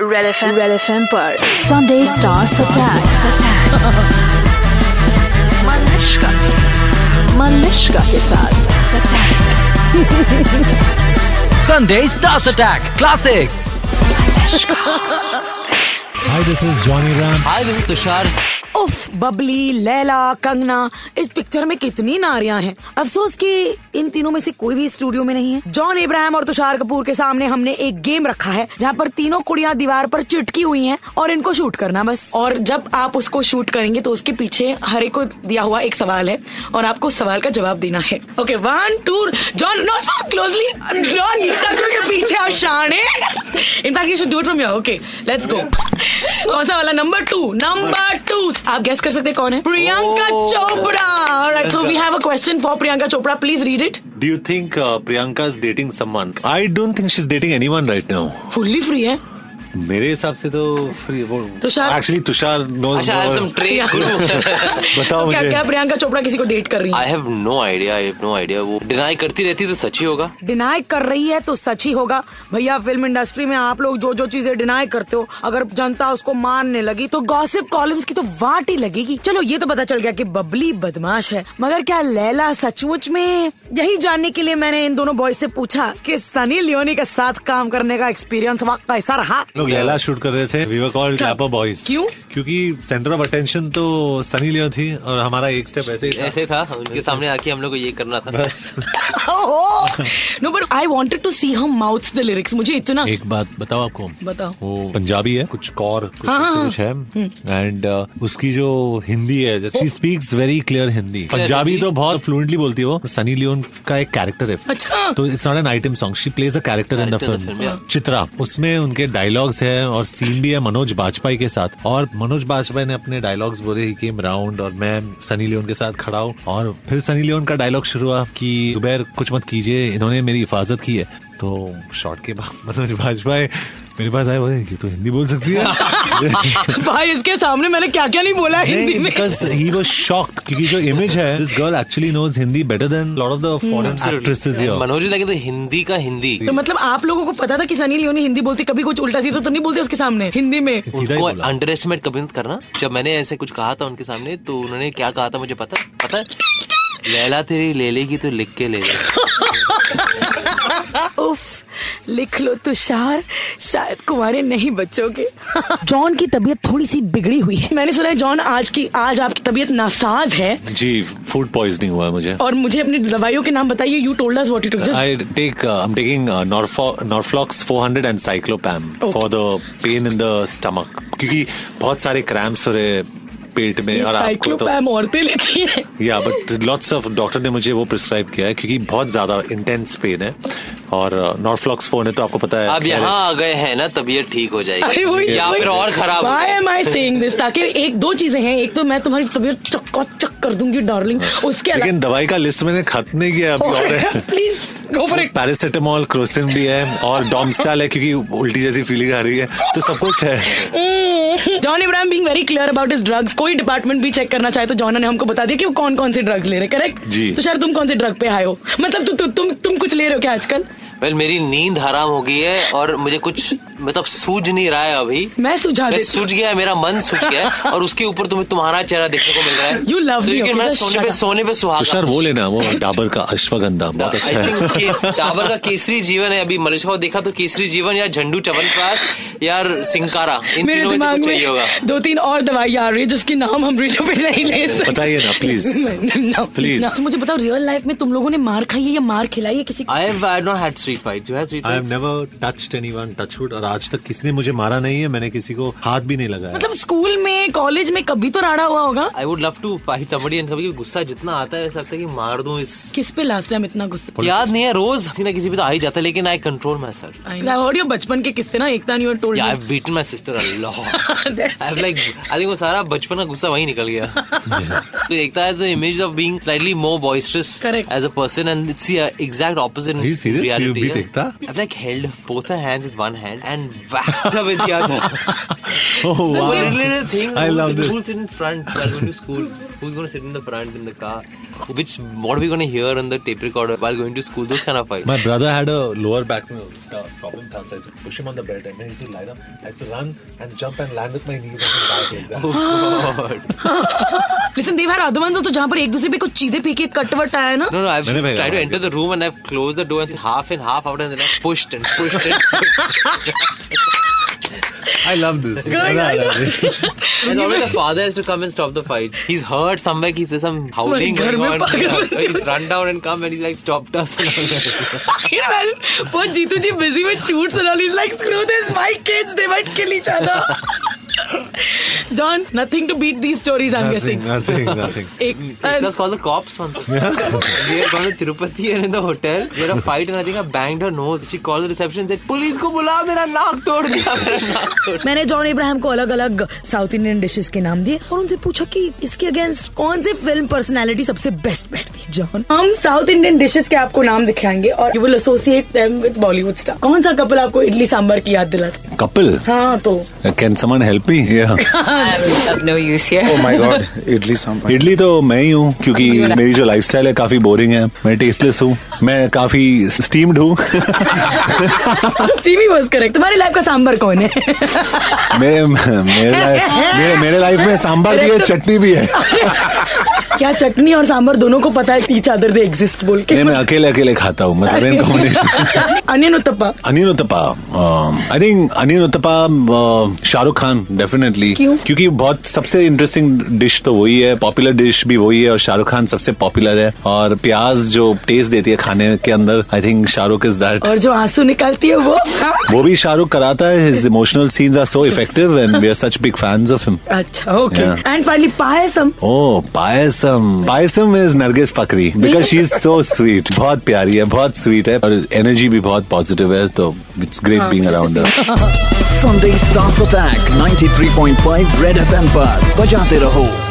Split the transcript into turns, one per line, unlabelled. Red F red F M पर Sunday stars attack Manushka Manushka के साथ
Sunday Stars Attack Classics.
Hi, this is Johnny Ram.
Hi, this is Tushar.
उफ बबली लैला कंगना इस picture में कितनी नारियां हैं अफसोस कि इन तीनों में से कोई भी स्टूडियो में नहीं है जॉन इब्राहिम और तुषार कपूर के सामने हमने एक गेम रखा है जहाँ पर तीनों कुड़ियाँ दीवार पर चिटकी हुई हैं और इनको शूट करना बस और जब आप उसको शूट करेंगे तो उसके पीछे हर एक को दिया हुआ एक सवाल है और आपको उस सवाल का जवाब देना है okay one two John not so closely John के पीछे आप शान है in fact you should do it from your okay let's go कौन सा वाला नंबर टू नंबर टू आप गेस कर सकते हैं कौन है Priyanka Chopra so we have a question for Priyanka Chopra please read it
Do you think uh, Priyanka is dating someone? I don't think she's dating anyone right now.
Fully free है
मेरे हिसाब से तो फ्री वो
तुषार-
एक्चुअली तुषार knows
अच्छा I have
more.
Some trade
बताओ
तो क्या
मुझे
क्या प्रियंका चोपड़ा किसी को डेट कर रही है
I have no idea I have no idea वो डिनाई करती रहती है तो सच ही होगा
डिनाई कर रही है तो सच ही होगा भैया फिल्म इंडस्ट्री में आप लोग जो जो चीजें डिनाई करते हो अगर जनता उसको मानने लगी तो गॉसिप कॉलम्स की तो वाट ही लगेगी चलो ये तो पता चल गया कि बबली बदमाश है मगर क्या लैला सचमुच में यही जानने के लिए मैंने इन दोनों बॉयज से पूछा कि सनी लियोनी के साथ काम करने का एक्सपीरियंस वक्त कैसा रहा
लोग लैला शूट कर रहे थे we were called clapper boys
क्यों?
क्योंकि सेंटर ऑफ अटेंशन तो सनी लियोन थी और हमारा एक स्टेप ऐसे ही था
ऐसे था उनके सामने आके हम लोग को ये करना था
बस
no but I wanted to see हम माउथ द लिरिक्स मुझे इतना
एक बात बताओ आपको
बताओ
वो पंजाबी है कुछ कौर कुछ
हाँ,
ऐसे
हाँ,
कुछ है एंड उसकी जो हिंदी है she speaks very clear Hindi Punjabi
Hindi.
तो बहुत फ्लुएंटली बोलती है वो सनी लियोन का एक कैरेक्टर है
अच्छा।
तो it's not an item song she plays a character
Character
in the
in the film,
film
yeah.
Chitra उसमें उनके डायलॉग्स है और सीन भी है मनोज बाजपेयी के साथ और मनोज बाजपेयी ने अपने डायलॉग्स बोले ही केम राउंड और मैं सनी लियोन के साथ खड़ा हूँ और फिर सनी लियोन का डायलॉग शुरू हुआ कि जुबैर कुछ मत कीजिए इन्होंने मेरी हिफाजत की है तो शॉट के बाद मनोज बाजपेयी मेरे पास आए बोले ये तो हिंदी बोल सकती है
भाई इसके सामने मैंने क्या क्या नहीं बोला है हिंदी में
बिकॉज ही वाज शॉक्ड क्योंकि जो इमेज है this girl actually knows Hindi better than lot of the foreign actresses
And Manoj ji लगे तो हिंदी का हिंदी
तो मतलब आप लोगों को पता था कि सनी लियोनी हिंदी बोलती कभी कुछ उल्टा सीधा तो नहीं बोलते उसके सामने हिंदी में
सीधा ही
उनको
बोला।
अंडर एस्टिमेट कभी मत करना जब मैंने ऐसे कुछ कहा था उनके सामने तो उन्होंने क्या कहा था मुझे पता पता है? लैला तेरी ले लेगी तो लिख के ले ले
उफ लिख लो तुषार शायद कुमारे नहीं बचोगे जॉन की तबीयत थोड़ी सी बिगड़ी हुई है मैंने सुना है जॉन आज की आज आपकी तबीयत नासाज है
जी फूड पॉइजनिंग हुआ है
Oh,
मुझे
और मुझे अपनी दवाइयों के नाम बताइए you told us what you took
I take uh, I'm taking uh, Norfo- Norflox 400 and Cyclopam
Okay.
for the pain in the stomach क्योंकि बहुत सारे cramps हो रहे हैं पेट में और आपको तो
साइक्लोपैम औरतें लेती हैं
या बट लॉट्स ऑफ डॉक्टर ने मुझे वो प्रिस्क्राइब किया है क्योंकि बहुत ज्यादा इंटेंस पेन है और uh, नॉर्फ्लॉक्स फोन है तो आपको पता है
अब यहाँ आ गए हैं ना तबीयत ठीक हो
अरे
जाएगी
वही
या फिर और खराब हो
व्हाई
जाएगी।
एम आई सेइंग दिस ताकि एक दो चीजें हैं एक तो मैं तुम्हारी तबीयत चक्का-चक कर दूंगी डार्लिंग उसके
हाँ। लेकिन दवाई का लिस्ट मैंने खत्म नहीं किया अभी और है
अलावा please go for it
paracetamol Crocin भी है और डॉमस्टाल है क्योंकि उल्टी जैसी फीलिंग आ रही है तो सब कुछ है
John Ibrahim being very clear about his drugs कोई डिपार्टमेंट भी चेक करना चाहे तो जॉन ने हमको बता दिया कि वो कौन कौन से ड्रग्स ले रहे करेक्ट
जी।
तो तुम कौन से ड्रग पे आए हो मतलब तु, तु, तुम तुम कुछ ले रहे हो क्या आजकल
वेल मेरी नींद हराम हो गई है और मुझे कुछ मतलब सूझ नहीं रहा है अभी
मैं सुझा
मैं
देती
सूझ गया है, मेरा मन सूझ गया है और उसके ऊपर तुम्हें तुम्हारा चेहरा देखने को मिल रहा है
You love
तो
me,
लेकिन
okay,
मैं
just
सोने
shut
पे
up.
सोने पे
तुषार
सुहागा
वो लेना वो डाबर का अश्वगंधा बहुत अच्छा है
I think के- डाबर का केसरी जीवन है अभी मलेश को देखा तो केसरी जीवन या झंडू चवनप्राश या सिंकारा इन
मेरे
तीनों में से
दिमाग
कुछ चाहिए होगा
में दो तीन और दवाई आ रही है जिसकी नाम हम रेडियो पे नहीं ले सकते
बताइए ना, please.
No,
Please.
no. मुझे बताओ रियल लाइफ में तुम लोगों ने मार खाई है या मार खिलाई है किसी को
I have I have not had street fights. You had street
I
fights?
Have never touched anyone touchwood और आज तक किसी ने मुझे मारा नहीं है मैंने किसी को हाथ भी नहीं लगाया
मतलब स्कूल में कॉलेज में कभी तो राड़ा हुआ होगा
I would love to fight somebody and कभी गुस्सा जितना आता है ऐसा लगता है कि मार दूं इस
किस पे लास्ट टाइम इतना गुस्सा
याद नहीं है रोज किसी ना किसी पे तो आ ही जाता है लेकिन I control my self
audio बचपन के किस्से ना Ekta new told
I have beaten my sister a lot
That's-
I like I think वो सारा बचपन का गुस्सा वहीं निकल गया तो देखता है as the image of being slightly more boisterous
Correct.
As a person and it's the exact opposite
Are you serious? You beat Ekta?
I've like held both her hands with one hand and whacked her with the other.
Oh, wow.
But literally the thing,
I
who's-
love this.
Who's in front? Like going to school, who's going to sit in the front in the car? Which what are we going to hear on the tape recorder while going to school? Those kind of fights.
My brother had a lower back uh, problem, tha, so I used to push him on the bed and then he used to line up. I used to run and jump and land with my knees on his back like that.
Oh God.
लेकिन they are other once तो जहाँ पर एक दूसरे पे कुछ चीजें फेंक के कटवट आया ना
No, no, I've
मैंने
just
भेजा
tried to
हुआ
enter the room and I've closed the door and half in, half out, and then I've pushed and pushed and pushed.
I love this. मजा आ रहा है जी।
And always the father has to come and stop the fight. He's hurt somewhere, he's there's some howling
घर
going
में
on.
पागल बन गया।
He's run down and come and he's like stopped us.
You know, imagine, poor Jeetu ji busy with shoots and all. He's like, screw this, my kids, they might kill each other. John, nothing to beat these stories, I'm
nothing,
guessing.
nothing, nothing.
Ek,
It
uh,
was called the cops once. we had gone to Tirupati and in the hotel, we had a fight and I think I banged her nose. She called the reception and said, Police ko bula, mera naak tod diya, mera naak tod
मैंने जॉन इब्राहिम को अलग अलग south Indian dishes के नाम दिए और उनसे पूछा कि इसके अगेंस्ट कौन सी फिल्म पर्सनालिटी सबसे बेस्ट बैठती है जॉन हम साउथ इंडियन डिशेस के आपको नाम दिखाएंगे और you will associate them with Bollywood star कौन सा कपल आपको इडली सांबर की याद दिलाता है
Couple,
हाँ तो
can someone help me? Yeah.
I'm of no use here.
Oh my god, idli sambar.
Idli तो मैं ही हूँ क्योंकि मेरी जो लाइफस्टाइल है काफी बोरिंग है मैं टेस्टलेस हूँ मैं काफी स्टीम्ड हूँ
टीवी वॉज करेक्ट तुम्हारी लाइफ का सांबर कौन है
मेरे मेरे लाइफ मेरे, मेरे लाइफ में सांभर भी है चटनी भी है
क्या चटनी और सांबर दोनों को पता है ईच अदर दे एग्जिस्ट बोल के
नहीं, मैं अकेले अकेले खाता हूँ मतलब in combination
onion uttapa
Anil Uttapa I think Anil Uttapa Shahrukh Khan definitely
क्यों?
क्योंकि बहुत सबसे इंटरेस्टिंग डिश तो वही है पॉपुलर डिश भी वही है और शाहरुख खान सबसे पॉपुलर है और प्याज जो टेस्ट देती है खाने के अंदर I think Shahrukh is that
और जो आंसू निकालती है वो हाँ?
वो भी शाहरुख कराता है his emotional scenes are so effective and we are such big fans of him
अच्छा okay
Yeah.
And finally payasam
oh payasam payasam is Nargis Fakhri because she is so sweet बहुत प्यारी है बहुत स्वीट है और एनर्जी भी बहुत पॉजिटिव है तो इट्स ग्रेट
हाँ,
being around
Sunday Stars Attack 93.5 Red FM पर बजाते रहो